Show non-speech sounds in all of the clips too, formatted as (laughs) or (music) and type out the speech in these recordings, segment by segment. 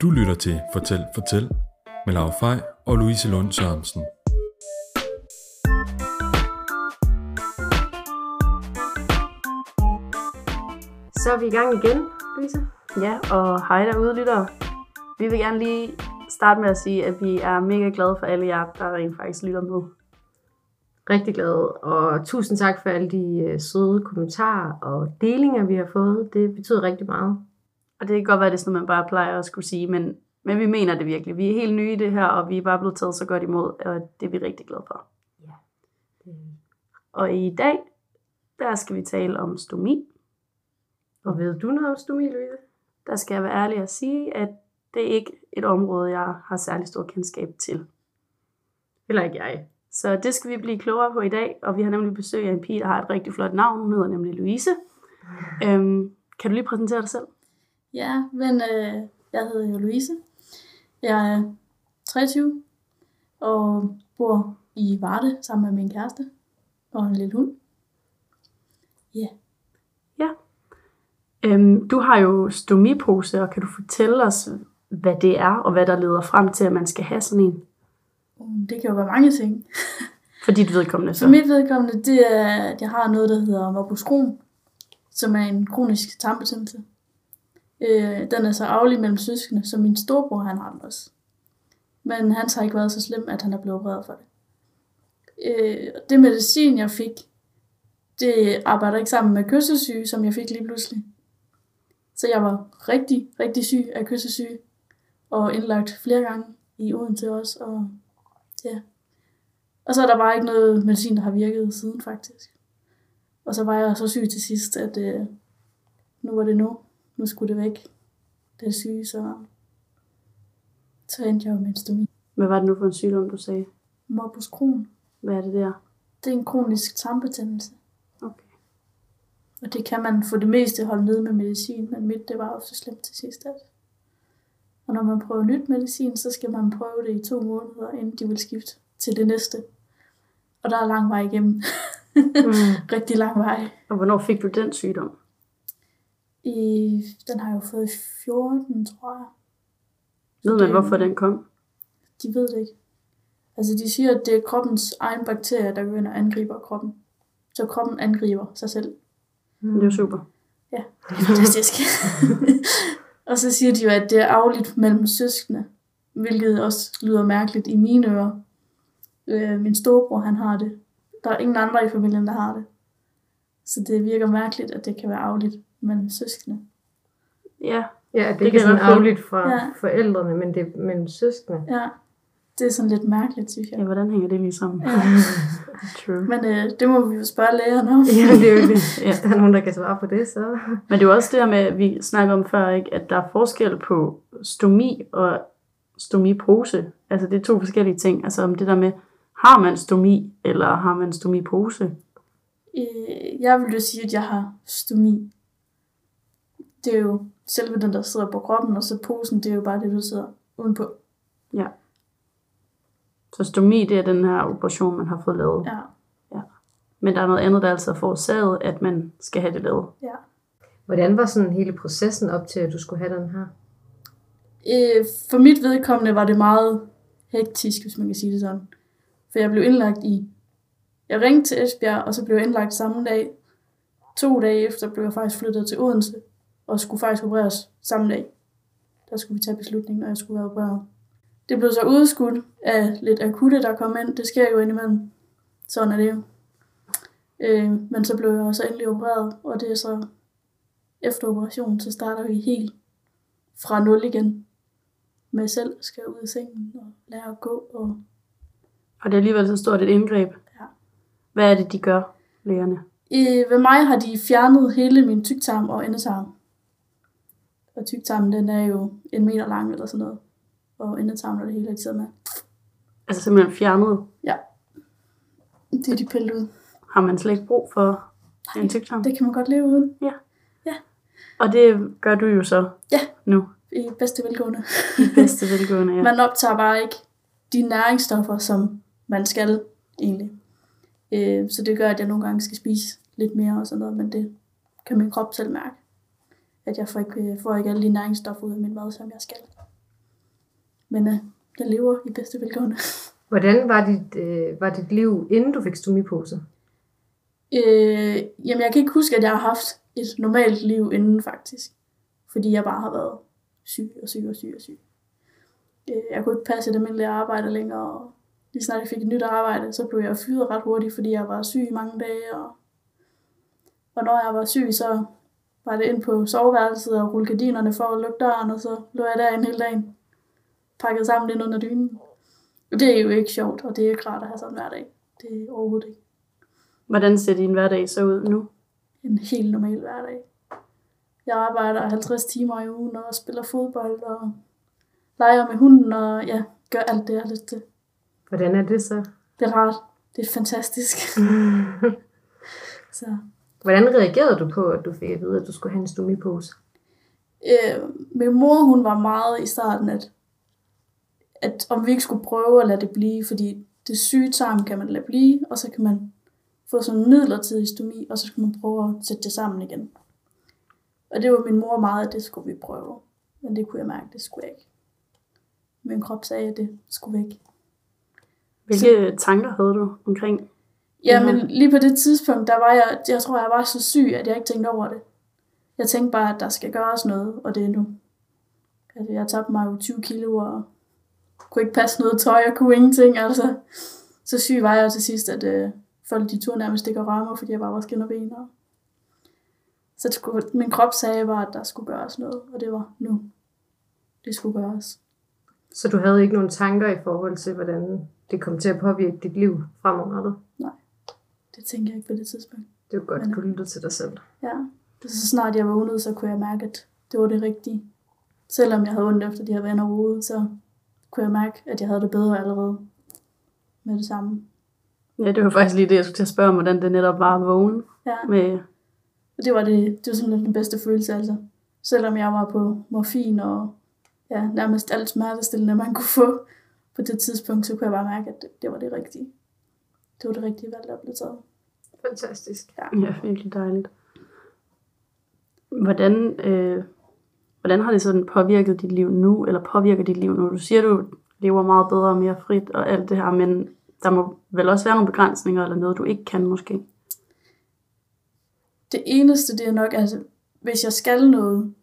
Du lytter til Fortæl, Fortæl med Laura Fej og Louise Lund Sørensen. Så er vi i gang igen, Louise. Ja, og hej derude, lyttere. Vi vil gerne lige starte med at sige, at vi er mega glade for alle jer, der rent faktisk lytter med. Rigtig glad, og tusind tak for alle de øh, søde kommentarer og delinger, vi har fået. Det betyder rigtig meget. Og det kan godt være, at det er sådan, noget, man bare plejer at skulle sige, men, men vi mener det virkelig. Vi er helt nye i det her, og vi er bare blevet taget så godt imod, og det er vi rigtig glade for. Og i dag, der skal vi tale om stomi. Og ved du noget om stomi, Louise? Der skal jeg være ærlig og sige, at det er ikke et område, jeg har særlig stor kendskab til. Heller ikke jeg. Så det skal vi blive klogere på i dag, og vi har nemlig besøg af en pige, der har et rigtig flot navn. Hun hedder nemlig (laughs) Louise. Øhm, kan du lige præsentere dig selv? Ja, men øh, jeg hedder jo Louise. Jeg er 23 og bor i Varde sammen med min kæreste og en lille hund. Øhm, du har jo stomipose, og kan du fortælle os, hvad det er, og hvad der leder frem til, at man skal have sådan en? Mm, Det kan jo være mange ting. For dit vedkommende For så. mit vedkommende, det er, at jeg har noget, der hedder morbus Crohn, som er en kronisk tarmbetændelse. Øh, den er så aflig mellem søskende, så min storebror han har den også. Men han har ikke været så slem, at han er blevet opereret for det. Øh, og det medicin, jeg fik, det arbejder ikke sammen med kyssesyge, som jeg fik lige pludselig. Så jeg var rigtig, rigtig syg af kyssesyge, og indlagt flere gange i Odense også, og og så er der bare ikke noget medicin, der har virket siden faktisk. Og så var jeg så syg til sidst, at øh, nu var det nu. Nu skulle det væk. Det er syge, så, så endte jeg jo med en stomi. Hvad var det nu for en sygdom, du sagde? Morbus Crohn. Hvad er det der? Det er en kronisk tarmbetændelse. Okay. Og det kan man for det meste holde nede med medicin, men mit det var jo så slemt til sidst. At. Og når man prøver nyt medicin, så skal man prøve det i to måneder, inden de vil skifte til det næste. Og der er lang vej igennem. Mm. (laughs) Rigtig lang vej. Og hvornår fik du den sygdom? I, den har jeg jo fået i 14, tror jeg. Ved man, hvorfor den kom? De ved det ikke. Altså, de siger, at det er kroppens egen bakterier, der går ind og angriber kroppen. Så kroppen angriber sig selv. Men Det er jo super. Det er fantastisk. og så siger de jo, at det er afligt mellem søskende, hvilket også lyder mærkeligt i mine ører. Øh, min storebror, han har det. Der er ingen andre i familien, der har det. Så det virker mærkeligt, at det kan være afligt mellem søskende. Ja, Ja, det, kan det er sådan jeg godt afligt fra ja. Ja. forældrene, men det er mellem søskende. (laughs) Ja, det er sådan lidt mærkeligt, synes jeg. ja hvordan hænger det lige sammen? Ja. (laughs) True. Men øh, det må vi jo spørge lægerne om. Ja, det er jo ikke det. Ja. Hvis der er nogen, der kan svare på det, så... Men det er jo også det her med, at vi snakker om før, ikke? at der er forskel på stomi og stomipose. Altså det er to forskellige ting. Altså om det der med, har man stomi, eller har man stomipose? Øh, jeg vil jo sige, at jeg har stomi. Det er jo selve den, der sidder på kroppen, og så posen, det er jo bare det, du sidder udenpå. Så stomi, det er den her operation, man har fået lavet. Ja. Ja, Men der er noget andet, der altså er forårsaget, at man skal have det lavet. ja. Hvordan var sådan hele processen op til, at du skulle have den her? Øh, for mit vedkommende var det meget hektisk, hvis man kan sige det sådan. For jeg blev indlagt i... Jeg ringte til Esbjerg, og så blev jeg indlagt samme dag. To dage efter blev jeg faktisk flyttet til Odense, og skulle faktisk opereres samme dag. Der skulle vi tage beslutningen, og jeg skulle være opereret. Det blev så udskudt af lidt akutte, der kom ind. Det sker jo indimellem. Sådan er det jo. Øh, men så blev jeg også endelig opereret, og det er så efter operationen, så starter vi helt fra nul igen. Med selv skal ud af sengen og lære at gå. Og Og det er alligevel så stort et indgreb. Ja. hvad Hvad er det, de gør, lægerne? øh, ved mig har de fjernet hele min tyktarm og endetarm. Og tyktarmen, den er jo en meter lang eller sådan noget. Og endetarmen er det hele, de sidder med. Altså simpelthen fjernet. Det er de pillet ud. Har man slet ikke brug for Nej, en tyktarm? Det kan man godt leve uden. Og det gør du jo så Ja. nu. I bedste velgående. I bedste velgående, ja. (laughs) Man optager bare ikke de næringsstoffer, som man skal egentlig. Øh, så det gør, at jeg nogle gange skal spise lidt mere og sådan noget, men det kan min krop selv mærke. At jeg får ikke, øh, får ikke alle de næringsstoffer ud af min mad, som jeg skal. Men øh, jeg lever i bedste velgående. Hvordan var dit, øh, var dit liv, inden du fik stomipose? Øh, jamen, jeg kan ikke huske, at jeg har haft et normalt liv inden, faktisk. Fordi jeg bare har været syg og syg og syg og syg. Øh, jeg kunne ikke passe et almindeligt arbejde længere. Og lige snart jeg fik et nyt arbejde, så blev jeg fyret ret hurtigt, fordi jeg var syg i mange dage. Og, og når jeg var syg, så var det ind på soveværelset og rulle gardinerne for at lukke døren, og så lå jeg derinde hele dagen. Pakket sammen ind under dynen. Og det er jo ikke sjovt, og det er ikke rart at have sådan hver dag. Det er overhovedet ikke. Hvordan ser din hverdag så ud nu? en helt normal hverdag. Jeg arbejder 50 timer i ugen og spiller fodbold og leger med hunden og ja, gør alt det, jeg har lyst til. Hvordan er det så? Det er rart. Det er fantastisk. (laughs) Så, Hvordan reagerede du på, at du fik at vide, at du skulle have en stomipose? øh, min mor, hun var meget i starten, at, at om vi ikke skulle prøve at lade det blive, fordi det syge tarm kan man lade blive, og så kan man få sådan en midlertidig stomi, og så skal man prøve at sætte det sammen igen. Og det var min mor meget, at det skulle vi prøve. Men det kunne jeg mærke, det skulle jeg ikke. Min krop sagde, at det skulle væk. Hvilke tanker havde du omkring? Ja, Mhm. men lige på det tidspunkt, der var jeg, jeg tror, jeg var så syg, at jeg ikke tænkte over det. Jeg tænkte bare, at der skal gøres noget, og det er nu. Altså, jeg tabte mig jo 20 kilo, og kunne ikke passe noget tøj, og kunne ingenting, altså. Så syg var jeg til sidst, at øh, folk de turde nærmest ikke at røre mig, fordi jeg bare var skin og ben. Og... Så det skulle, min krop sagde bare, at der skulle gøres noget, og det var nu. Det skulle gøres. Så du havde ikke nogen tanker i forhold til, hvordan det kom til at påvirke dit liv fremadrettet? Det tænkte jeg ikke på det tidspunkt. Det er jo godt, at du lytter til dig selv. Ja, så snart jeg vågnede, så kunne jeg mærke, at det var det rigtige. Selvom jeg havde ondt efter de her venner rode, så kunne jeg mærke, at jeg havde det bedre allerede med det samme. Ja, det var faktisk lige det, jeg skulle til at spørge om, hvordan det netop var at vågne Ja, med og det var, det, det var simpelthen den bedste følelse, altså. Selvom jeg var på morfin og ja, nærmest alt smertestillende, man kunne få på det tidspunkt, så kunne jeg bare mærke, at det, det var det rigtige. Det var det rigtige valg, der blev taget. Fantastisk. Ja, virkelig dejligt. Hvordan, øh, hvordan har det sådan påvirket dit liv nu, eller påvirker dit liv nu? Du siger, du lever meget bedre og mere frit og alt det her, men der må vel også være nogle begrænsninger eller noget, du ikke kan måske. Det eneste, det er nok, altså, hvis jeg skal noget,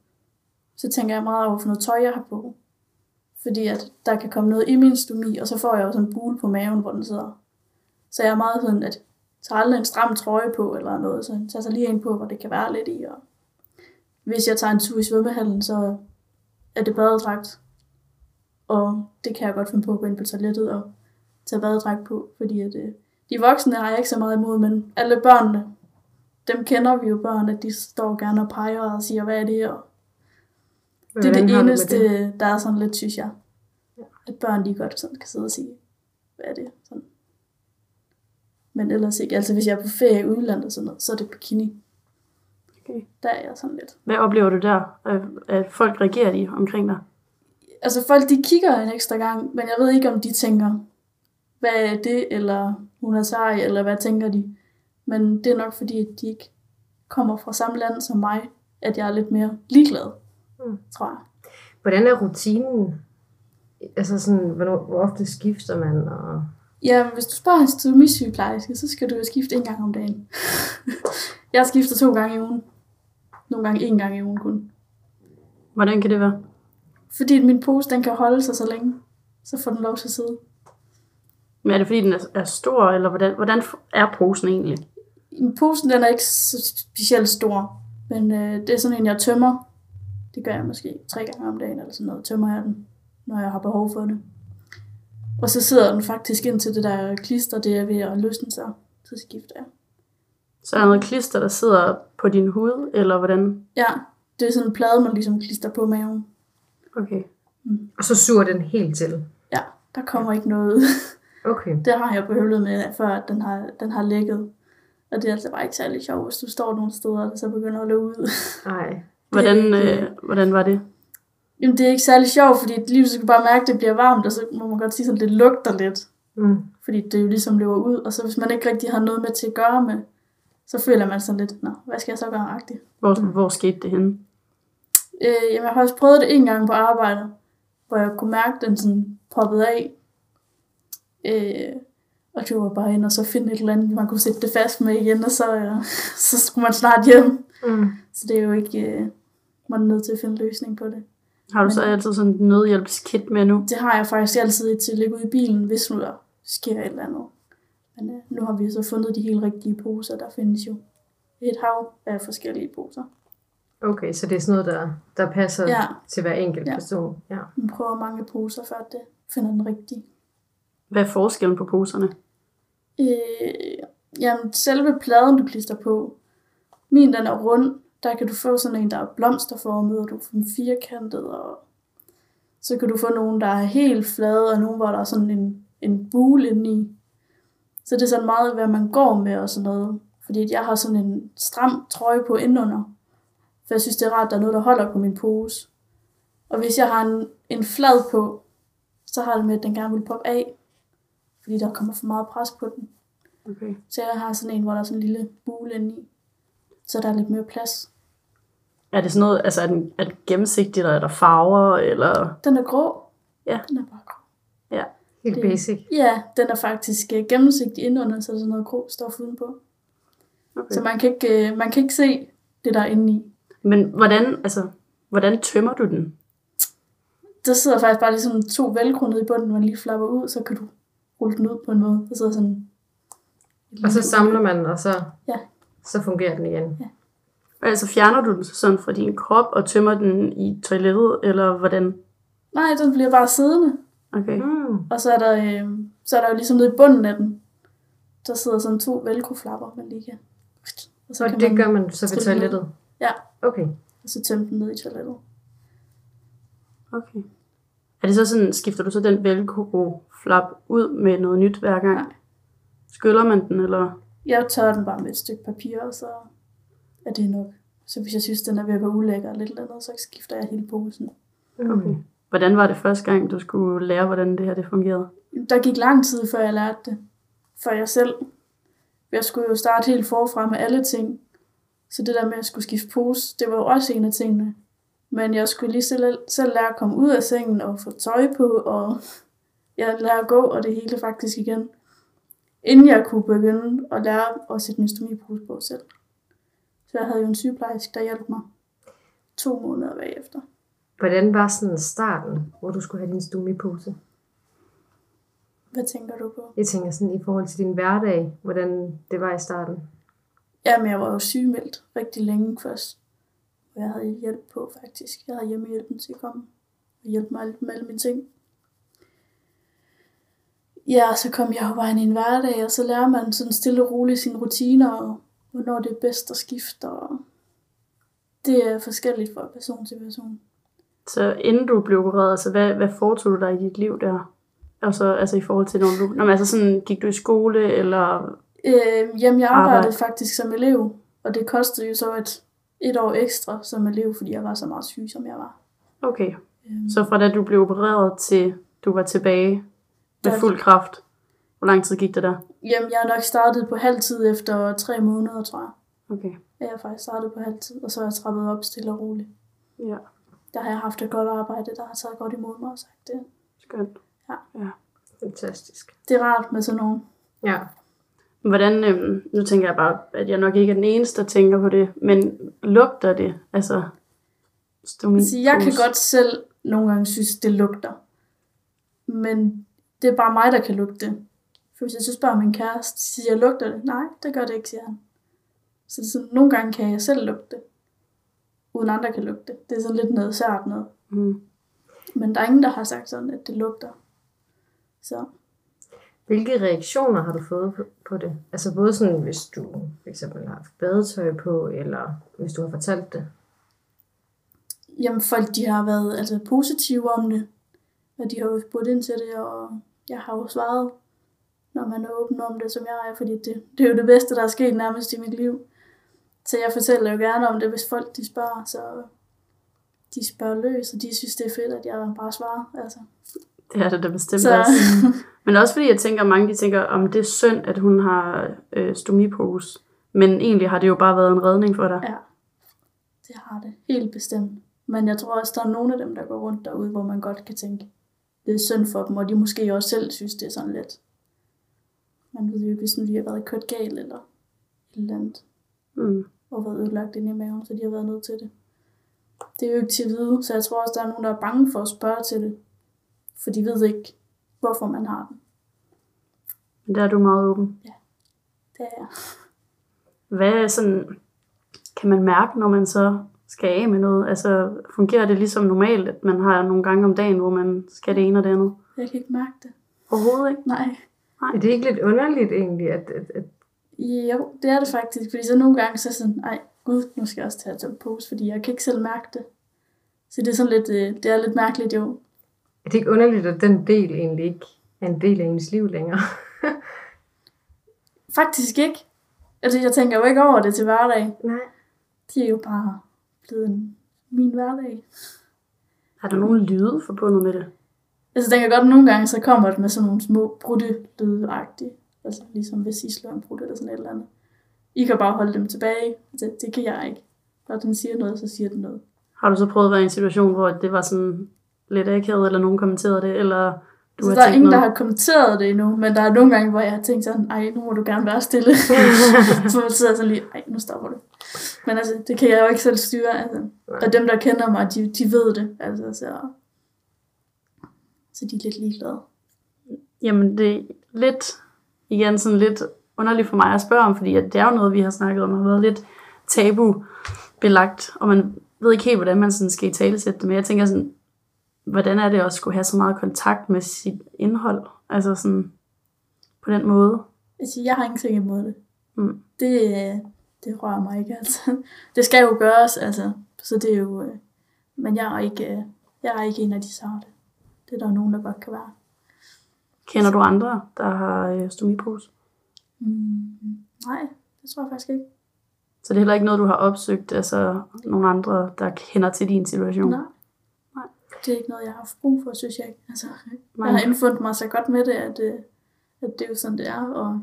så tænker jeg meget over for noget tøj, jeg har på. Fordi at der kan komme noget i min stomi, og så får jeg også en bule på maven, hvor den sidder. Så jeg er meget sådan, at jeg tager aldrig en stram trøje på eller noget, så jeg tager så lige en på, hvor det kan være lidt i. Og hvis jeg tager en tur i svømmehallen, så er det badedragt. Og det kan jeg godt finde på at gå ind på toilettet og tage badedragt på, fordi at, øh, de voksne har jeg ikke så meget imod, men alle børnene, dem kender vi jo børn, at de står gerne og peger og siger, hvad er det? Og det er Hvordan det har du med eneste, Det? der er sådan lidt, synes jeg. At børn lige godt sådan kan sidde og sige, hvad er det? Sådan. Men ellers ikke. Altså hvis jeg er på ferie i udlandet og sådan noget, så er det bikini. Okay. Der er jeg sådan lidt. Hvad oplever du der, at, at folk reagerer de omkring dig? Altså folk de kigger en ekstra gang, men jeg ved ikke om de tænker, hvad er det, eller hun er sej, eller hvad tænker de. Men det er nok fordi, at de ikke kommer fra samme land som mig, at jeg er lidt mere ligeglad, Mm. mm. tror jeg. Hvordan er rutinen? Altså sådan, hvornår, hvor ofte skifter man? Og... Ja, men hvis du spørger en stomisygeplejerske, så skal du jo skifte en gang om dagen. (laughs) jeg skifter to gange i ugen. Nogle gange en gang i ugen kun. Hvordan kan det være? Fordi at min pose, den kan holde sig så længe. Så får den lov til at sidde. Men er det fordi, den er, er stor, eller hvordan, hvordan er posen egentlig? Jamen, Posen, den er ikke så specielt stor. Men øh, det er sådan en, jeg tømmer. Det gør jeg måske tre gange om dagen eller sådan noget. Tømmer jeg den, når jeg har behov for det. Og så sidder den faktisk indtil det der klister, det er ved at løsne sig. Så skifter jeg. Så er der noget klister, der sidder på din hud, eller hvordan? Ja, det er sådan en plade, man ligesom klister på maven. Okay. Og så suger den helt til. Ja, der kommer ikke noget. (laughs) Okay. Det har jeg behøvet med, før at den har, den har lækket. Og det er altså bare ikke særlig sjovt, hvis du står nogle steder, og det så begynder at løbe ud. Nej. Hvordan, Det- øh, hvordan var det? Jamen, det er ikke særlig sjovt, fordi lige pludselig kan du bare mærke, at det bliver varmt, og så må man godt sige, at det lugter lidt. Mm. Fordi det jo ligesom løber ud, og så hvis man ikke rigtig har noget med til at gøre med, så føler man sådan lidt, nå, hvad skal jeg så gøre agtigt? Hvor, hvor skete det henne? Øh, jamen, jeg har også prøvet det en gang på arbejde, hvor jeg kunne mærke, den sådan poppede af. Øh, og det var bare ind og så finde et eller andet, man kunne sætte det fast med igen, og så, øh, (laughs) så skulle man snart hjem. Mm. Så det er jo ikke, øh, man er nødt til at finde en løsning på det. Har du så altid sådan et nødhjælpskit med nu? Det har jeg faktisk altid til at ligge ude i bilen, hvis nu der sker et eller andet. Men øh, nu har vi så fundet de helt rigtige poser. Der findes jo et hav af forskellige poser. Okay, så det er sådan noget, der, der passer ja. Ja, til hver enkelt ja. Ja. person. Ja. man prøver mange poser, før det finder den rigtige. Hvad er forskellen på poserne? Øh, jamen, selve pladen, du klister på, min den er rund. Der kan du få sådan en, der er blomsterformet, og du får dem firkantet, og så kan du få nogen, der er helt flade, og nogen, hvor der er sådan en, en bule indeni. Så det er sådan meget, hvad man går med og sådan noget. Fordi at jeg har sådan en stram trøje på indenunder. For jeg synes, det er rart, at der er noget, der holder på min pose. Og hvis jeg har en, en flad på, så har det med, at den gerne vil poppe af. Fordi der kommer for meget pres på den. Okay. Så jeg har sådan en, hvor der er sådan en lille bule inde i. Så der er lidt mere plads. Er det sådan noget, altså er den, er den gennemsigtig, eller er der farver, eller... Den er grå. Ja. Den er bare grå. Helt Det- basic. Ja, den er faktisk øh, gennemsigtig indenunder, så er der sådan noget grå stof udenpå. Okay. Okay. Så man kan, ikke, øh, man kan ikke se det, der er inde i. Men hvordan, altså, hvordan tømmer du den? Der sidder faktisk bare ligesom to velcro nede i bunden, man lige flapper ud, så kan du rulle den ud på en måde. Der sidder sådan... et Og så lille- samler man, og så, Ja. så fungerer den igen. Altså fjerner du den sådan fra din krop og tømmer den i toilettet, eller hvordan? Nej, den bliver bare siddende. Okay. Mm. Og så er der, øh, så er der jo ligesom nede i bunden af den, der sidder sådan to velcro-flapper, man lige kan... Og Så det gør man så ved trille ned. toilettet? Ja. Okay. Og så tømte den ned i toilettet. Okay. Er det så sådan, skifter du så den velcro-flap ud med noget nyt hver gang? Skyller man den, eller... Jeg tørrer den bare med et stykke papir, og så er det nok. Så hvis jeg synes, den er ved at være ulækker eller et eller andet, så skifter jeg hele posen. Mm. Okay. Hvordan var det første gang, du skulle lære, hvordan det her det fungerede? Der gik lang tid, før jeg lærte det. For jeg selv. Jeg skulle jo starte helt forfra med alle ting. Så det der med, at jeg skulle skifte pose, det var jo også en af tingene. Men jeg skulle lige selv, selv lære at komme ud af sengen og få tøj på, og (laughs) jeg lærer at gå og det hele faktisk igen. Inden jeg kunne begynde at lære at sætte min stomipose på selv. Så jeg havde jo en sygeplejerske, der hjalp mig to måneder bagefter. Hvordan var sådan starten, hvor du skulle have din stomipose? Hvad tænker du på? Jeg tænker sådan i forhold til din hverdag, hvordan det var i starten. Jamen, jeg var jo sygemeldt rigtig længe først. Og jeg havde hjælp på, faktisk. Jeg havde hjemmehjælpen til at komme og hjælpe mig lidt med alle mine ting. Ja, og så kom jeg jo bare ind i en hverdag, og så lærer man sådan stille og roligt sine rutiner, og hvornår det er bedst at skifte, og det er forskelligt fra person til person. Så inden du blev opereret, altså hvad, hvad foretog du dig i dit liv der? Og så, altså i forhold til, når du... Når man, altså sådan, gik du i skole, eller... Øh, jamen, jeg arbejdede Arbejde. Arbejde. faktisk som elev, og det kostede jo så et, et år ekstra som elev, fordi jeg var så meget syg, som jeg var. Okay, Øhm, så fra da du blev opereret til du var tilbage med Der- fuld kraft. Hvor lang tid gik det der? Jamen, jeg er nok startet på halv tid efter tre måneder, tror jeg. Okay, Ja, Jeg er faktisk startet på halv tid, og så er jeg trappet op stille og roligt. ja, Der har jeg haft et godt arbejde, der har taget godt imod mig og sagt det. skønt. Fantastisk. Det er rart med sådan nogen. Ja. Hvordan, øhm, nu tænker jeg bare, at jeg nok ikke er den eneste, der tænker på det, men lugter det? Altså, stomi, Så Altså, jeg kan godt selv nogle gange synes, det lugter. Men det er bare mig, der kan lugte det. For hvis jeg så spørger min kæreste, siger jeg, lugter det? Nej, det gør det ikke, siger han. Så det er sådan, nogle gange kan jeg selv lugte det, uden andre kan lugte det. Det er sådan lidt noget sært noget. Mm. Men der er ingen, der har sagt sådan, at det lugter. Så Hvilke reaktioner har du fået på- på det? Altså både sådan, hvis du for eksempel har haft badetøj på, eller hvis du har fortalt det. Jamen folk, de har været altså, positive om det, og de har jo spurgt ind til det, og jeg har jo svaret, når man er åben om det, som jeg er, fordi det, det er jo det bedste, der er sket nærmest i mit liv. Så jeg fortæller jo gerne om det, hvis folk de spørger, så de spørger løs, og de synes, det er fedt, at jeg bare svarer. Altså. Det er det da bestemt Så også. Men også fordi jeg tænker, at mange de tænker, om det er synd, at hun har øh, stomipose. Men egentlig har det jo bare været en redning for dig. ja, det har det helt bestemt. Men jeg tror også, der er nogle af dem, der går rundt derude, hvor man godt kan tænke, det er synd for dem, og de måske også selv synes, det er sådan lidt. Man ved jo ikke, hvis nu de har været kørt galt eller et eller andet, Mm. og været ødelagt inde i maven, så de har været nødt til det. Det er jo ikke til at vide, så jeg tror også, der er nogen, der er bange for at spørge til det, for de ved ikke, hvorfor man har den. Men der er du meget åben. Det er jeg. Hvad er sådan, kan man mærke, når man så skal af med noget? Altså, fungerer det ligesom normalt, at man har nogle gange om dagen, hvor man skal det ene og det andet? Jeg kan ikke mærke det. Overhovedet ikke. Nej. Er det ikke lidt underligt egentlig, at, at, at Jo, det er det faktisk, fordi så nogle gange så er jeg sådan, nej, gud, nu skal jeg også tage at tage på pose, fordi jeg kan ikke selv mærke det. Så det er sådan lidt, øh, det er lidt mærkeligt jo. er det ikke underligt, at den del egentlig ikke er en del af ens liv længere? Faktisk ikke. Altså, jeg tænker jo ikke over det til hverdag. (laughs) Nej. Det er jo bare blevet en, min hverdag. Er der nogen lyde forbundet med det? Altså, jeg tænker godt, at nogle gange så kommer det med sådan nogle små brudte lydeagtige. Altså, ligesom hvis I slår en brudt eller sådan et eller andet. I kan bare holde dem tilbage. Altså, det kan jeg ikke. Når den siger noget, så siger den noget. Har du så prøvet at være i en situation, hvor det var sådan lidt akavet, eller nogen kommenterede det, eller du så har der er tænkt ingen, der noget? har kommenteret det endnu, men der er nogle gange, hvor jeg har tænkt sådan, ej, nu må du gerne være stille. (laughs) så man sidder jeg sådan lige, ej, nu stopper du. Men altså, det kan jeg jo ikke selv styre. Altså. Nej. Og dem, der kender mig, de, de ved det. Altså, så, så de er lidt ligeglade. Jamen, det er lidt, igen sådan lidt underligt for mig at spørge om, fordi at det er jo noget, vi har snakket om, har været lidt tabubelagt, og man ved ikke helt, hvordan man sådan skal i tale sætte det, men jeg tænker sådan, hvordan er det også at skulle have så meget kontakt med sit indhold? Altså sådan, på den måde. Altså, jeg har ingenting imod det. Mm. Det, øh, det rører mig ikke, altså. Det skal jo gøres, altså. Så det er jo... øh, Men jeg er ikke, øh, jeg er ikke en af de sarte. Det er der nogen, der godt kan være. Kender du andre, der har øh, stomipose? Mm. Nej, det tror jeg faktisk ikke. Så det er heller ikke noget, du har opsøgt, altså nogle andre, der kender til din situation? Nej. Nej. Det er ikke noget, jeg har haft brug for, synes jeg ikke. Altså, Nej. jeg har indfundet mig så godt med det, at, øh, at det er jo sådan, det er, og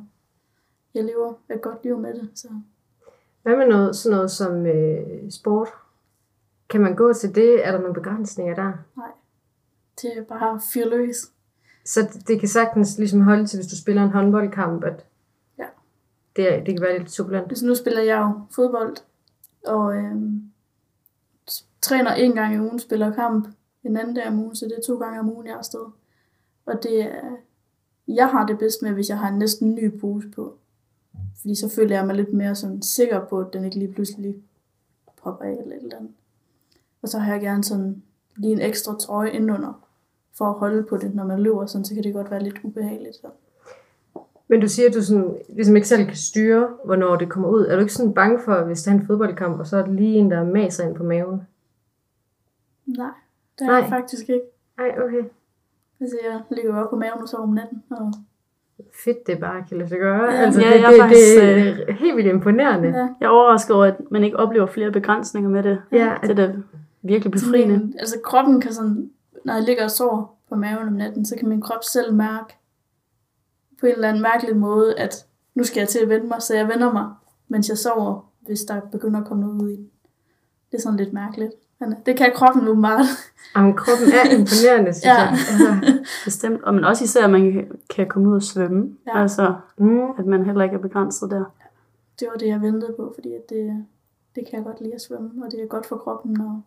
jeg lever et godt liv med det. Så. Hvad med noget, sådan noget som øh, sport? Kan man gå til det? Er der nogle begrænsninger der? Det er bare fyrløs. Så det- det kan sagtens ligesom holde til, hvis du spiller en håndboldkamp, at Ja. det, er, det kan være lidt turbulent. Altså, nu spiller jeg jo fodbold, og øh, træner en gang i ugen, spiller kamp en anden dag om ugen, så det er to gange om ugen, jeg er afsted. Og det er, jeg har det bedst med, hvis jeg har en næsten ny pose på. Fordi så føler jeg mig lidt mere sådan sikker på, at den ikke lige pludselig popper af eller et eller andet. Og så har jeg gerne sådan lige en ekstra trøje indenunder, for at holde på det, når man løber, sådan, så kan det godt være lidt ubehageligt. Så. Men du siger, at du sådan, ligesom ikke selv kan styre, hvornår det kommer ud. Er du ikke sådan bange for, hvis der er en fodboldkamp, og så er det lige en, der maser ind på maven? Nej, det er jeg Nej. faktisk ikke. Nej, okay. Altså, jeg ligger jo op på maven og sover om natten, og Fedt, det bare kan lade sig gøre. Ja. altså, Ja, det, jeg er det, faktisk, det, er helt vildt imponerende. Ja, Ja. Jeg er overrasket over, at man ikke oplever flere begrænsninger med det. ja Det er da virkelig befriende. Sådan, altså kroppen kan sådan, når jeg ligger og sover på maven om natten, så kan min krop selv mærke på en eller anden mærkelig måde, at nu skal jeg til at vende mig, så jeg vender mig, mens jeg sover, hvis der begynder at komme noget ud i den. Det er sådan lidt mærkeligt. Men øh, det kan kroppen nu meget. Jamen, kroppen er imponerende, synes Ja. jeg. Altså, Bestemt. Og men også især, at man kan- kan komme ud og svømme. Ja. Ja. Altså, mm, at man heller ikke er begrænset der. (laughs) Det var det, jeg ventede på, fordi at det, det kan jeg godt lide at svømme, og det er godt for kroppen, når,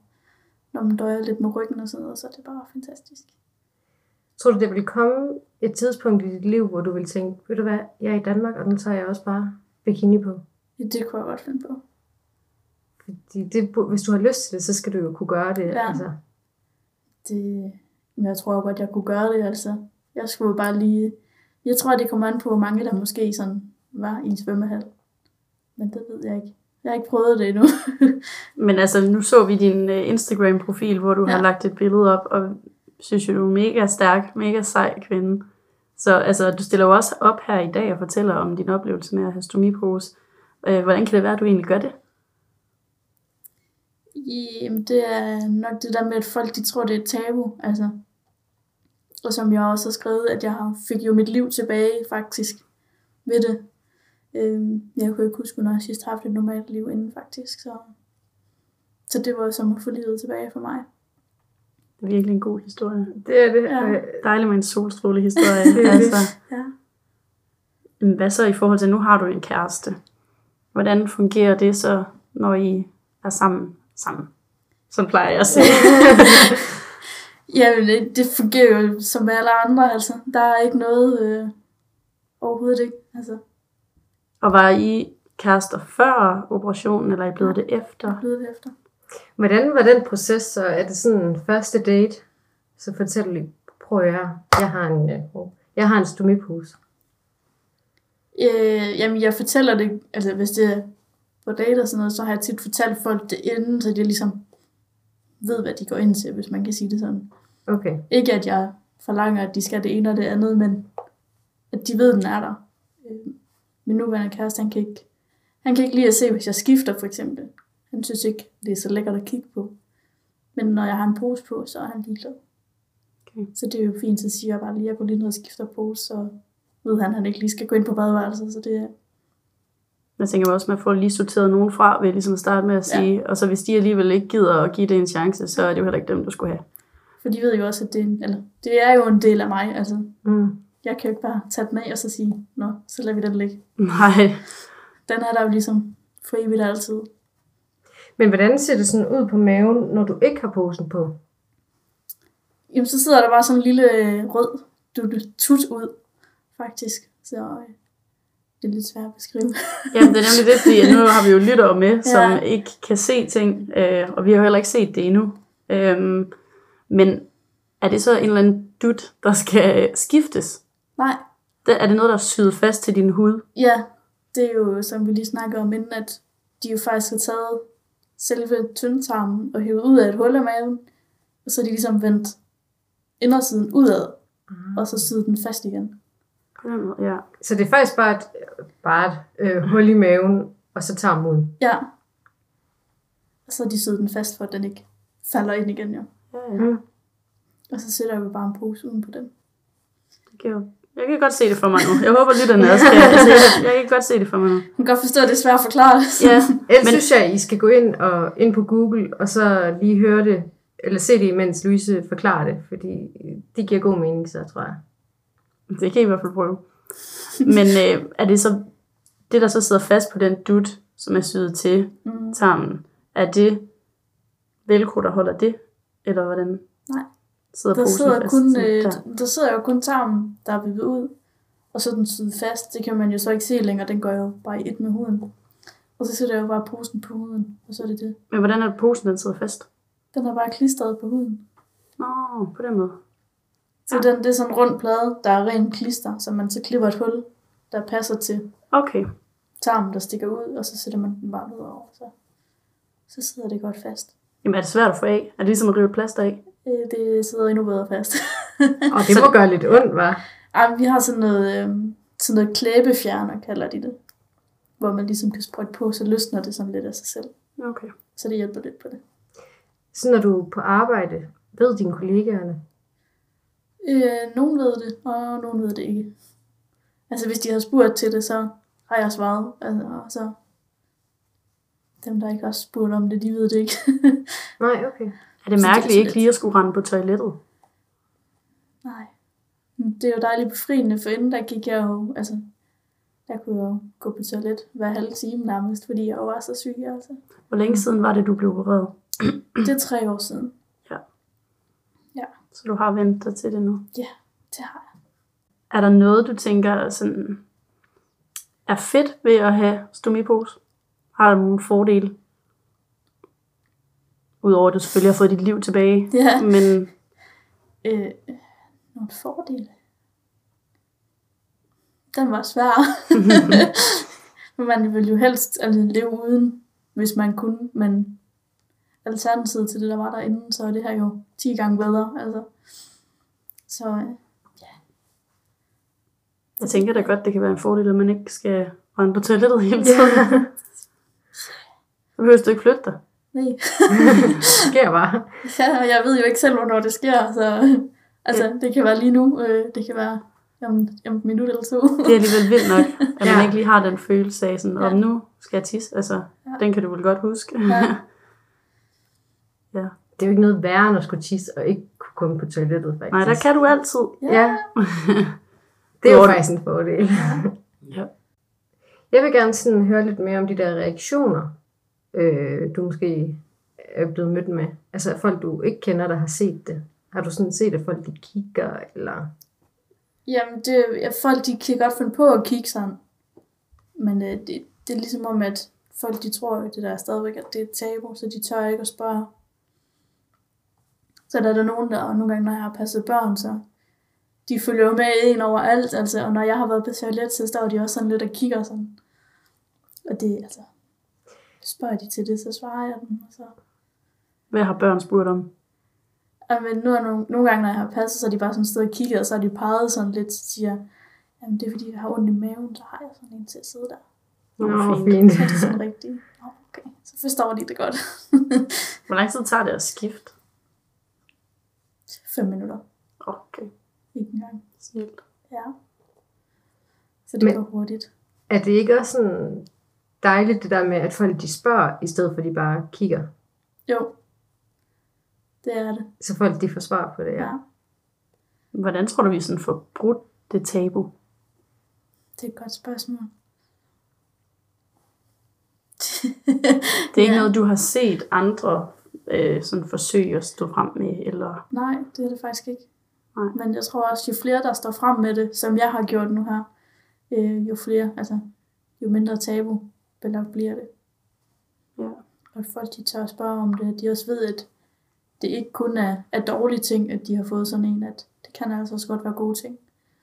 når man døjer lidt med ryggen og sådan noget, så er det bare fantastisk. tror du, det vil komme et tidspunkt i dit liv, hvor du vil tænke, ved du hvad, jeg er i Danmark, og den tager jeg også bare bikini på? Det kunne jeg godt finde på. Fordi det, hvis du har lyst til det, så skal du jo kunne gøre det. Ja. Altså. Det, men jeg tror godt, jeg kunne gøre det, altså. Jeg skulle bare lige... Jeg tror, det kommer an på, hvor mange der måske sådan var i en svømmehal. Men det ved jeg ikke. Jeg har ikke prøvet det endnu. (laughs) Men altså, nu så vi din øh, Instagram-profil, hvor du Ja. har lagt et billede op, og synes jo, du er en mega stærk, mega sej kvinde. Så altså, du stiller jo også op her i dag og fortæller om din oplevelse med at have stomipose. Øh, hvordan kan det være, at du egentlig gør det? Jamen, det er nok det der med, at folk de tror, det er et tabu. Altså. Og som jeg også har skrevet, at jeg har- fik jo mit liv tilbage faktisk ved det. Øhm, jeg kunne ikke huske, når jeg sidst har haft et normalt liv inden faktisk. Så Så det var som at få livet tilbage for mig. Det er virkelig en god historie. Det er det. Øh, Ja. Ja. Dejlig med en solstråle historie. (laughs) Det er altså, Ja. jamen, hvad så i forhold til, nu har du en kæreste. Hvordan fungerer det så, når I er sammen? Sammen. Sådan plejer jeg at (laughs) sige. Jamen, det, det fungerer jo som med alle andre, altså. Der er ikke noget øh, overhovedet ikke. Altså, Og var I kærester før operationen, eller er I blevet det efter? lyder efter. Hvordan var den proces, så er det sådan en første date? Så fortæl lige, prøv at høre. jeg har en, øh, jeg har en stomipose. Øh, jamen, jeg fortæller det, altså hvis det er på date og sådan noget, så har jeg tit fortalt folk det inden, så de ligesom ved, hvad de går ind til, hvis man kan sige det sådan. Okay, Ikke at jeg forlanger, at de skal det ene og det andet, men at de ved, den er der. Øh, min nuværende kæreste, han kan ikke, han kan ikke lide at se, hvis jeg skifter for eksempel. Han synes ikke, det er så lækkert at kigge på. Men når jeg har en pose på, så er han ligeglad. Okay. Så det er jo fint, så siger jeg bare lige, at jeg går lige ned og skifter pose, så ved han, at han ikke lige skal gå ind på badeværelset, så det er Jeg tænker mig også, man får lige sorteret nogen fra, ved ligesom at starte med at sige. Ja. Og så hvis de alligevel ikke gider at give det en chance, så er det jo heller ikke dem, du skulle have. (laughs) For de ved jo også, at det er, en, eller, det er jo en del af mig. Altså, mm. jeg kan jo ikke bare tage den med og så sige, nå, så lader vi den ligge. Nej. Den er der jo ligesom for evigt og altid. Men hvordan ser det sådan ud på maven, når du ikke har posen på? Jamen, så sidder der bare sådan en lille øh, rød dut- tut ud, faktisk. Så øh, det er lidt svært at beskrive. (laughs) Jamen, det er nemlig det, fordi nu har vi jo lyttere (laughs) med, som Ja. ikke kan se ting, øh, og vi har jo heller ikke set det endnu. Øhm, men er det så en eller anden dut, der skal øh, skiftes? Nej, Det- Er det noget, der er syet fast til din hud? ja, det er jo, som vi lige snakkede om inden, at de jo faktisk har taget selve tyndtarmen og hævet ud af et hul af maven, og så er de ligesom vendt indersiden udad, og så syet den fast igen. På den måde, Ja. Så det er faktisk bare et, bare et øh, hul i maven, og så tager man ud. Ja. Og så har de syet den fast, for at den ikke falder ind igen, jo. Ja, ja. Mm. Og så sætter jeg jo bare en pose uden på den. Det kan jo- Jeg kan godt se det for mig nu. Jeg håber, lytterne også kan. (laughs) Altså, jeg, jeg kan godt se det for mig nu. Man kan godt forstå, at det er svært at forklare. (laughs) Ja, Ellers Men- Men... synes jeg, I skal gå ind, og, ind på Google, og så lige høre det, eller se det, mens Louise forklarer det, fordi det giver god mening, så tror jeg. det kan I i hvert fald prøve. Men øh, er det så det, der så sidder fast på den dut, som er syet til Mm. tarmen, er det velcro, der holder det? Eller hvordan? Nej. Sidder Der posen sidder, fast? kun, øh, Der. der sidder jo kun tarmen, der er vippet ud. Og så er den syet fast. Det kan man jo så ikke se længere. Den går jo bare i et med huden. Og så sætter jeg jo bare posen på huden. Og så er det det. Men hvordan er det posen, den sidder fast? Den er bare klistret på huden. Nå, på den måde. Så Ja. ja. den, det er sådan en rund plade, der er ren klister, som man så klipper et hul, der passer til Okay, tarmen, der stikker ud, og så sætter man den bare ud over, så, så sidder det godt fast. jamen er det svært at få af? Er det ligesom at rive et plaster af? Øh, Det sidder endnu bedre fast. (laughs) Og det må gøre lidt ondt, var. Ej, men vi har sådan noget, øh, sådan noget klæbefjerner, kalder de det. Hvor man ligesom kan sprøjte på, så løsner det sådan lidt af sig selv. Okay. Så det hjælper lidt på det. Så når du er på arbejde, ved dine kollegaerne. Øh, nogen ved det, og nogen ved det ikke. Altså, hvis de har spurgt til det, så har jeg svaret. Altså, og så dem, der ikke har spurgt om det, de ved det ikke. (laughs) Nej, okay. Er det Så det er mærkeligt sådan ikke lige at skulle rende på toilettet? Nej. Men Det er jo dejligt befriende, for inden der gik jeg jo, altså, der kunne jeg jo gå på toilet hver halve time nærmest, fordi jeg jo var så syg, altså. Hvor længe siden var det, du blev opereret? Det er tre år siden. Så du har ventet dig til det nu? Det har jeg. Er der noget, du tænker sådan, er fedt ved at have stomipose? Har du nogle fordele? Udover at du selvfølgelig har fået dit liv tilbage. Ja. Men Øh, nogle fordele. Den var svær. men man ville jo helst altså, leve uden, hvis man kunne, men alternativet til det, der var derinde, så er det her jo 10 gange bedre, altså. Så øh, jeg tænker da godt, det kan være en fordel, at man ikke skal rende på toilettet hele tiden. Så behøver du ikke flytte dig. nej. (laughs) Det sker bare. Ja, og jeg ved jo ikke selv, hvornår det sker, så altså, det kan være lige nu, øh, det kan være om, om et minut eller to. Det er alligevel vildt nok, at man Ja. ikke lige har den følelse af sådan, om Ja. nu skal jeg tisse. Altså, Ja. den kan du vel godt huske. Ja. Ja. Det er jo ikke noget værre, end at skulle tisse og ikke kunne komme på toilettet, faktisk. Nej, der kan du altid. Ja. (laughs) Det er jo Lort. faktisk en fordel. Ja. (laughs) Jeg vil gerne sådan høre lidt mere om de der reaktioner, øh, du måske er blevet mødt med. Altså folk, du ikke kender, der har set det. Har du sådan set, at folk de kigger, eller... Jamen, det, ja, folk de kan godt finde på at kigge sammen. Men øh, det, det er ligesom om, at folk de tror jo, det der er stadigvæk, at det er et tabu, så de tør ikke at spørge. Så der er der nogen, der, og nogle gange, når jeg har passet børn, så de følger jo med en overalt, altså, og når jeg har været på toilet, så står de også sådan lidt og kigger sådan. Og det, altså, spørger de til det, så svarer jeg dem, og så Hvad har børn spurgt om? Jamen, nu er nogle, nogle gange, når jeg har passet, så er de bare sådan et sted og kigget, og så har de peget sådan lidt og siger, jamen det er fordi, jeg har ondt i maven, så har jeg sådan en til at sidde der. Nå, fint. fint. Så er (laughs) de sådan rigtig, "Nå, okay, så forstår de det godt. (laughs) Hvor lang tid tager det at skifte? Fem minutter, Okay, ikke engang. snilt. Ja. Så det Men- går hurtigt. Er det ikke også sådan dejligt, det der med, at folk de spørger, i stedet for de bare kigger? Jo, det er det. Så folk de får svar på det, ja. Hvordan tror du, vi sådan får brudt det tabu? Det er et godt spørgsmål. Det er ikke Ja. noget, du har set andre øh, sådan forsøge at stå frem med, eller... Nej, det er det faktisk ikke. Nej. Men jeg tror også, jo flere der står frem med det, som jeg har gjort nu her, øh, jo flere, altså jo mindre tabu belagt bliver det. Ja. Og at folk de tør at spørge om det, de også ved, at det ikke kun er, er dårlige ting, at de har fået sådan en, at det kan altså også godt være gode ting.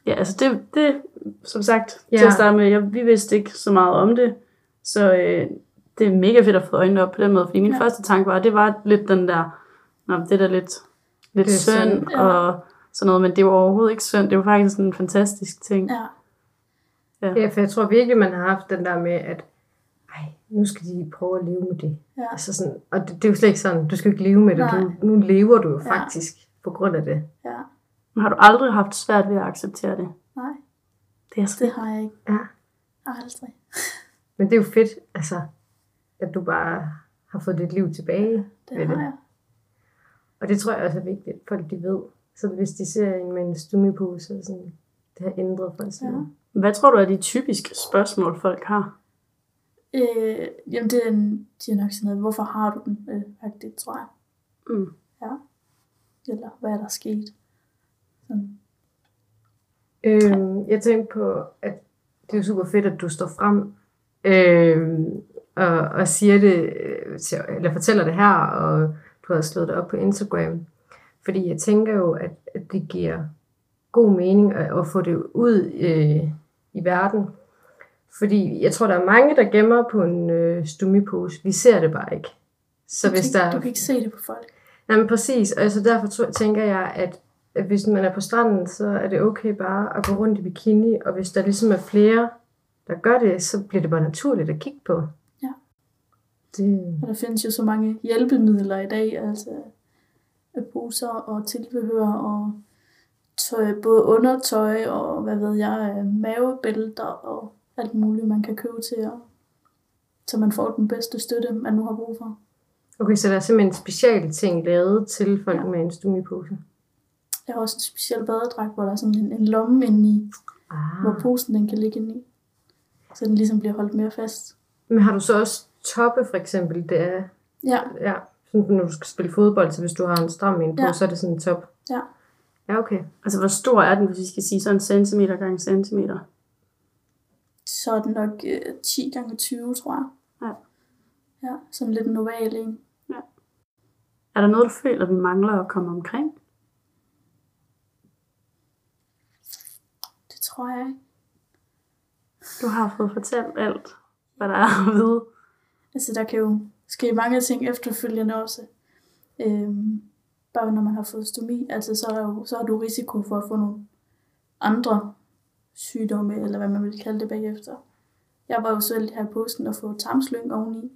Ja, altså det, det som sagt, ja. Ja. til at starte med, jeg, vi vidste ikke så meget om det, så øh, det er mega fedt at få øjnene op på den måde, fordi min ja. Ja. første tanke var, at det var lidt den der, Nå, men det der lidt, lidt Det er synd, synd, ja. og sådan noget, men det var overhovedet ikke synd, det var faktisk sådan en fantastisk ting. Ja, Ja, for jeg tror virkelig, man har haft den der med, at ej, nu skal de prøve at leve med det. ja, Altså sådan, og det, det er jo slet ikke sådan, du skal ikke leve med det. Nej. Du, nu lever du jo Ja. faktisk på grund af det. ja. Men har du aldrig haft svært ved at acceptere det? Nej, Det er sådan, det har jeg ikke. Ja. Aldrig. Men det er jo fedt, altså, at du bare har fået dit liv tilbage. Det Ved det. har jeg. Og det tror jeg også er vigtigt, at folk de ved. Så hvis de ser en med en stumipose, så er det sådan, det har ændret folks liv. Ja. hvad tror du er de typiske spørgsmål, folk har? Øh, jamen, det er, en, de er nok sådan noget, hvorfor har du den? Øh, det tror jeg. Mm. Eller hvad er der sket? Sådan. Øhm, jeg tænkte på, at det er jo super fedt, at du står frem øhm, og, og siger det, øh, til- eller fortæller det her, og du har slået det op på Instagram. Fordi jeg tænker jo, at, at det giver god mening at, at få det ud øh, i verden. Fordi jeg tror, der er mange, der gemmer på en øh, stumipose. Vi ser det bare ikke. Så du, hvis kan, der... ikke- du kan ikke se det på folk. Nej, men præcis. Og altså derfor tror, tænker jeg, at, at hvis man er på stranden, så er det okay bare at gå rundt i bikini. Og hvis der ligesom er flere, der gør det, så bliver det bare naturligt at kigge på. Ja. Det, Og der findes jo så mange hjælpemidler i dag, altså øh, poser og tilbehør og tøj, både undertøj og hvad ved jeg, øh, mavebælter og alt muligt, man kan købe til, og, så man får den bedste støtte, man nu har brug for. okay, så der er simpelthen speciale ting lavet til folk Ja. med en stumipose. Der er også en speciel badedragt, hvor der er sådan en, en lomme indeni, hvor Ah. posen den kan ligge indeni. Så den ligesom bliver holdt mere fast. Men har du så også toppe, for eksempel? Det er, Ja, ja, sådan, når du skal spille fodbold, så hvis du har en stram en på, Ja. ja. så er det sådan en top. Ja. Ja, okay. Altså, hvor stor er den, hvis vi skal sige sådan centimeter gange centimeter? så er den nok øh, 10 gange 20, tror jeg. Ja. Ja, sådan lidt en oval en. Er der noget, du føler, vi mangler at komme omkring? Det tror jeg ikke. Du har fået fortalt alt, hvad der er at vide. Altså, der kan jo ske mange ting efterfølgende også. Øhm, bare når man har fået stomi, altså, så, er der jo, så har du risiko for at få nogle andre sygdomme, eller hvad man vil kalde det bagefter. Jeg var jo så heldig her i påsken at få tarmslyng oveni,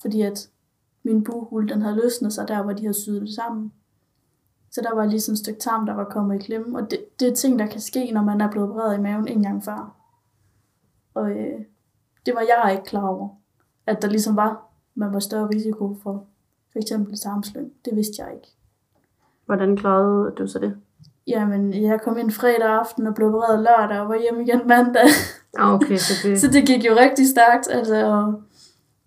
fordi at min buhul, den havde løsnet sig der, hvor de havde syet det sammen. Så der var lige sådan et stykke tarm, der var kommet i klemme, og det, det er ting, der kan ske, når man er blevet opereret i maven en gang før. Og øh, det var jeg ikke klar over at der ligesom var, man var større risiko for For eksempel tarmslyng. Det vidste jeg ikke. Hvordan klarede du så det? Jamen, jeg kom ind fredag aften og blev opereret lørdag og var hjemme igen mandag. Ah, okay, så Mm. det... (laughs) Så det gik jo rigtig stærkt, altså, og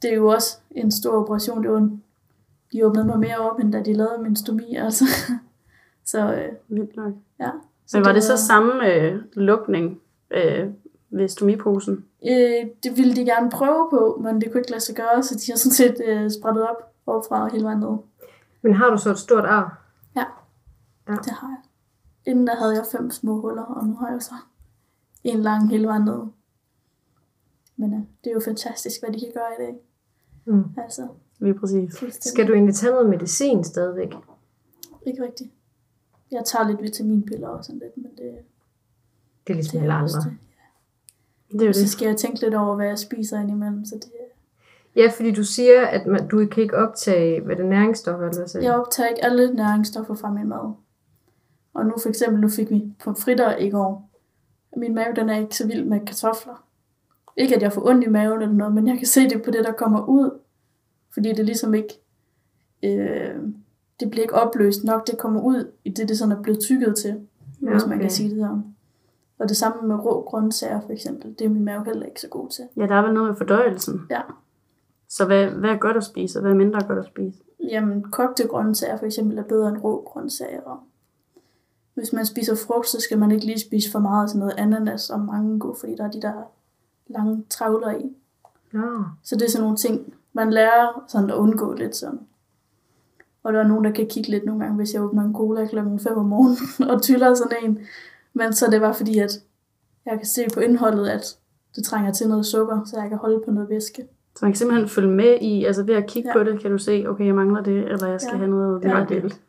det er jo også en stor operation. Det var en, de åbnede mig mere op, end da de lavede min stomi, altså. (laughs) Så øh, Vildt nok. ja. Men var det så var- samme øh, lukning øh, ved stomiposen? Øh, det ville de gerne prøve på, men det kunne ikke lade sig gøre, så de har sådan set øh, sprættet op overfra og hele vejen ned. Men har du så et stort ar? Det har jeg. Inden der havde jeg fem små huller, og nu har jeg så en lang hele vejen ned. Men øh, det er jo fantastisk, hvad de kan gøre i dag. Mm. Altså, Lige præcis. fuldstændig. Skal du egentlig tage noget medicin stadigvæk? Ikke rigtigt. Jeg tager lidt vitaminpiller og sådan lidt, men det, Det er ligesom det alle er andre. også det. Det er jo Så det. skal jeg tænke lidt over, hvad jeg spiser indimellem, så det, Ja, fordi du siger, at man, du kan ikke optage, hvad det er, næringsstoffer eller hvad sagde jeg du? optager ikke alle næringsstoffer fra min mad. Og nu for eksempel, nu fik vi pomfritter i går. Min mave, den er ikke så vild med kartofler. Ikke at jeg får ondt i maven eller noget, men jeg kan se det på det, der kommer ud. Fordi det er ligesom ikke, øh, det bliver ikke opløst nok, det kommer ud i det, det sådan er blevet tykket til. ja, hvis man kan sige det sådan. Og det samme med rå grøntsager for eksempel, det er min mave heller ikke så god til. Ja, der er vel noget med fordøjelsen. Ja. Så hvad, hvad er godt at spise, og hvad er mindre godt at spise? Jamen, kogte grøntsager for eksempel er bedre end rå grøntsager. Og hvis man spiser frugt, så skal man ikke lige spise for meget af sådan noget ananas og mango, fordi der er de der lange travler i. Ja. Så det er sådan nogle ting, man lærer sådan at undgå lidt sådan. Og der er nogen, der kan kigge lidt nogle gange, hvis jeg åbner en cola kl. 5 om morgenen (laughs) og tyller sådan en. Men så er det bare fordi, at jeg kan se på indholdet, at det trænger til noget sukker, så jeg kan holde på noget væske. Så man kan simpelthen følge med i, altså ved at kigge ja. Ja. på det, kan du se, okay, jeg mangler det, eller jeg skal ja. Ja. have noget Det er mere af ret det. vildt.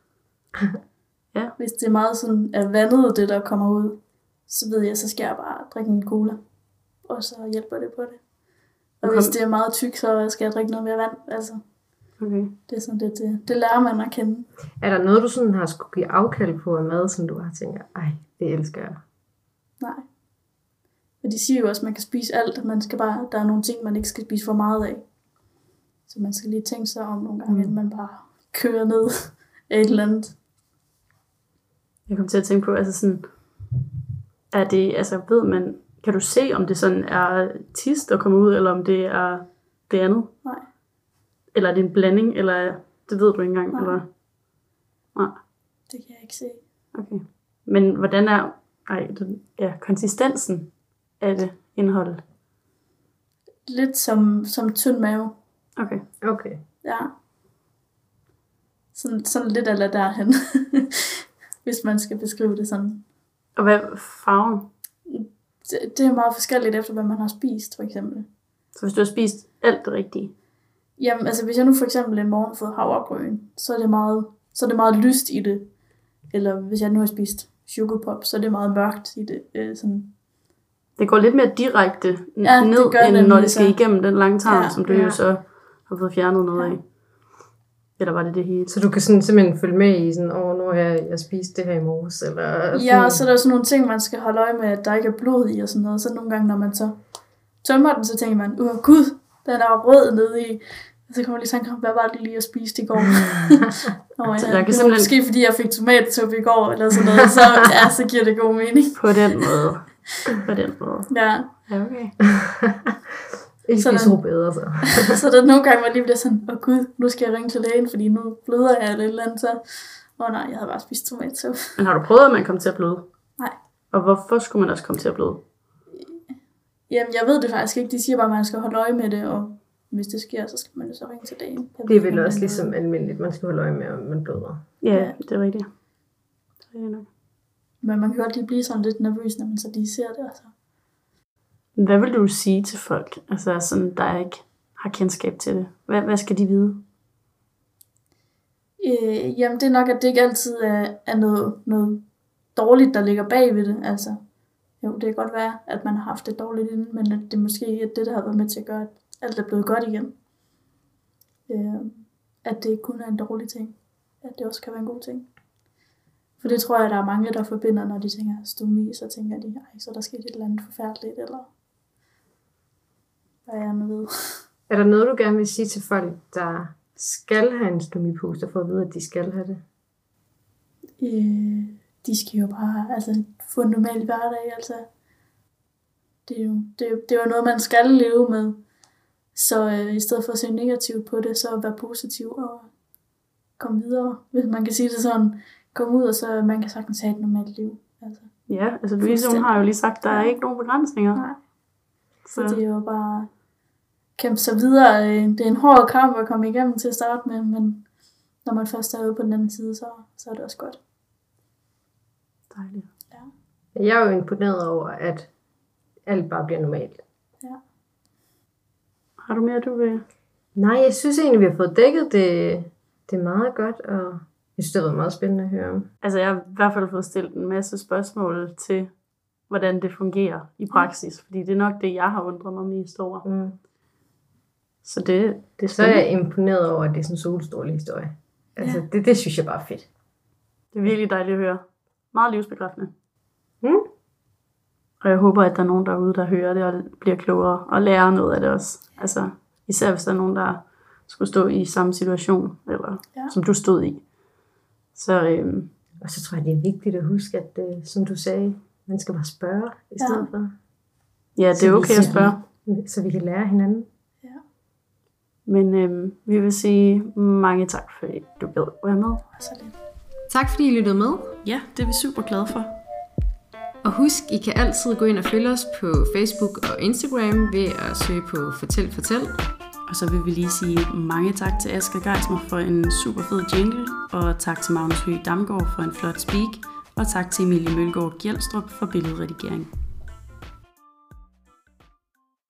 Hvis det er meget sådan er vandet, det der kommer ud, så ved jeg, så skal jeg bare drikke en cola. Og så hjælper det på det. Og Okay. hvis det er meget tyk, så skal jeg drikke noget mere vand. Altså, Okay. det er sådan lidt, øh, det, det lærer man at kende. Er der noget, du sådan har skulle give afkald på af mad, som du har tænkt, ej, det elsker jeg. Nej. Men de siger jo også, at man kan spise alt, og man skal bare, der er nogle ting, man ikke skal spise for meget af. Så man skal lige tænke sig om nogle gange, Mm. mm. at man bare kører ned (laughs) af et eller andet. Jeg kom til at tænke på, altså sådan, er det, altså ved man, kan du se, om det sådan er tis, der kommer ud, eller om det er det andet? Nej. Eller er det en blanding, eller det ved du ikke engang, Nej. eller? Nej, Det kan jeg ikke se. okay. Men hvordan er, ej, den, ja, konsistensen af det indholdet? Lidt som, som tynd mave. Okay. Okay. Ja. Sådan, sådan lidt eller derhen. (laughs) Hvis man skal beskrive det sådan. Og hvad er farven? Det, det er meget forskelligt efter, hvad man har spist, for eksempel. Så hvis du har spist alt det rigtige, Jamen, altså hvis jeg nu for eksempel en morgen har fået havregryn, så er det meget, så er det meget lyst i det. Eller hvis jeg nu har spist sugarpop, så er det meget mørkt i det. Øh, sådan. det går lidt mere direkte n- Ja, det ned, gør det end når det nemlig skal så. igennem den lange tarm, Ja, som du ja. jo så har fået fjernet noget Ja. af. Eller var det det hele? Så du kan sådan simpelthen følge med i sådan, åh, nu har jeg, jeg spist det her i morges, eller Altså sådan. Ja, og så er der jo sådan nogle ting, man skal holde øje med, at der ikke er blod i og sådan noget. Så nogle gange, når man så tømmer den, så tænker man, åh gud, den er jo rød nede i. Og så kommer man lige sådan, hvad var det lige, jeg spiste i (laughs) går? Nå, ja, Så der kan så der kan det var simpelthen- måske fordi jeg fik tomatsuppe i går, eller sådan noget, så, ja, så giver det god mening. På den måde. På den måde. Ja. Ja, okay. Ikke sådan. spise bedre, (laughs) så. så der er nogle gange, man lige bliver sådan, åh gud, nu skal jeg ringe til lægen, fordi nu bløder jeg eller et eller andet, så... Åh oh, nej, jeg havde bare spist tomatsuppe. Men har du prøvet, at man kom til at bløde? Nej. Og hvorfor skulle man også komme til at bløde? Jamen, jeg ved det faktisk ikke. De siger bare, at man skal holde øje med det, og hvis det sker, så skal man jo så ringe til lægen. Det Jeg ved er vel ikke, om også det er noget. ligesom almindeligt, man skal holde øje med, om man bløder. Ja, Ja. det er rigtigt. Det er rigtigt nok. Men man kan godt lige blive sådan lidt nervøs, når man så lige ser det. Altså. Men Hvad vil du sige til folk, altså sådan, der ikke har kendskab til det? Hvad, hvad skal de vide? Øh, jamen, det er nok, at det ikke altid er, er noget, noget dårligt, der ligger bag ved det. Altså, jo, det kan godt være, at man har haft det dårligt inden, men at det måske ikke er det, der har været med til at gøre, at alt er blevet godt igen. Øh, at det ikke kun er en dårlig ting. At det også kan være en god ting. For det tror jeg, der er mange, der forbinder, når de tænker stomi, så tænker de, ej, så er der sket et eller andet forfærdeligt, eller hvad jeg nu ved. Er der noget, du gerne vil sige til folk, der skal have en stomiposter for at vide, at de skal have det? Øh, de skal jo bare altså, få en normal hverdag. Altså. Det, er jo, det, er jo- det er jo noget, man skal leve med. Så øh, i stedet for at se negativt på det, så være positiv og komme videre, hvis man kan sige det sådan. Kom ud, og så man kan sagtens have et normalt liv. Altså. Ja, altså Louise, hun har jo lige sagt, der er ikke nogen begrænsninger. Nej. Så Så det er jo bare kæmpe sig videre. Øh, Det er en hård kamp at komme igennem til at starte med, men når man først er ude på den anden side, så, så er det også godt. dejligt. Jeg er jo imponeret over, at alt bare bliver normalt. Har du mere, du vil? Nej, jeg synes egentlig, vi har fået dækket det, det er meget godt, og jeg synes, det har været meget spændende at høre om. Altså, jeg har i hvert fald fået stillet en masse spørgsmål til, hvordan det fungerer i praksis. Fordi det er nok det, jeg har undret mig mest over. Mm. Så det, det er Så er spændende. jeg imponeret over, at det er sådan en solstrålig historie. Altså, det, det synes jeg bare er fedt. Det er virkelig dejligt at høre. Meget livsbekræftende. Mm. Og jeg håber, at der er nogen derude, der hører det og bliver klogere og lærer noget af det også. Altså, især hvis der er nogen, der skulle stå i samme situation, eller Ja. ja. som du stod i. Så øhm, Og så tror jeg, det er vigtigt at huske, at øh, som du sagde, man skal bare spørge i Ja. stedet ja. for. ja, det Så er vi okay at siger- spørge. Så vi kan lære af hinanden. Men øhm, vi vil sige mange tak, fordi du gad at være med. Og så lidt. Tak fordi I lyttede med, Ja, det er vi super glade for. og husk, I kan altid gå ind og følge os på Facebook og Instagram ved at søge på Fortæl Fortæl. Og så vil vi lige sige mange tak til Asger Geismer for en super fed jingle, og tak til Magnus Høgh Damgaard for en flot speak, og tak til Emilie Mølgaard Gjelstrup for billedredigering.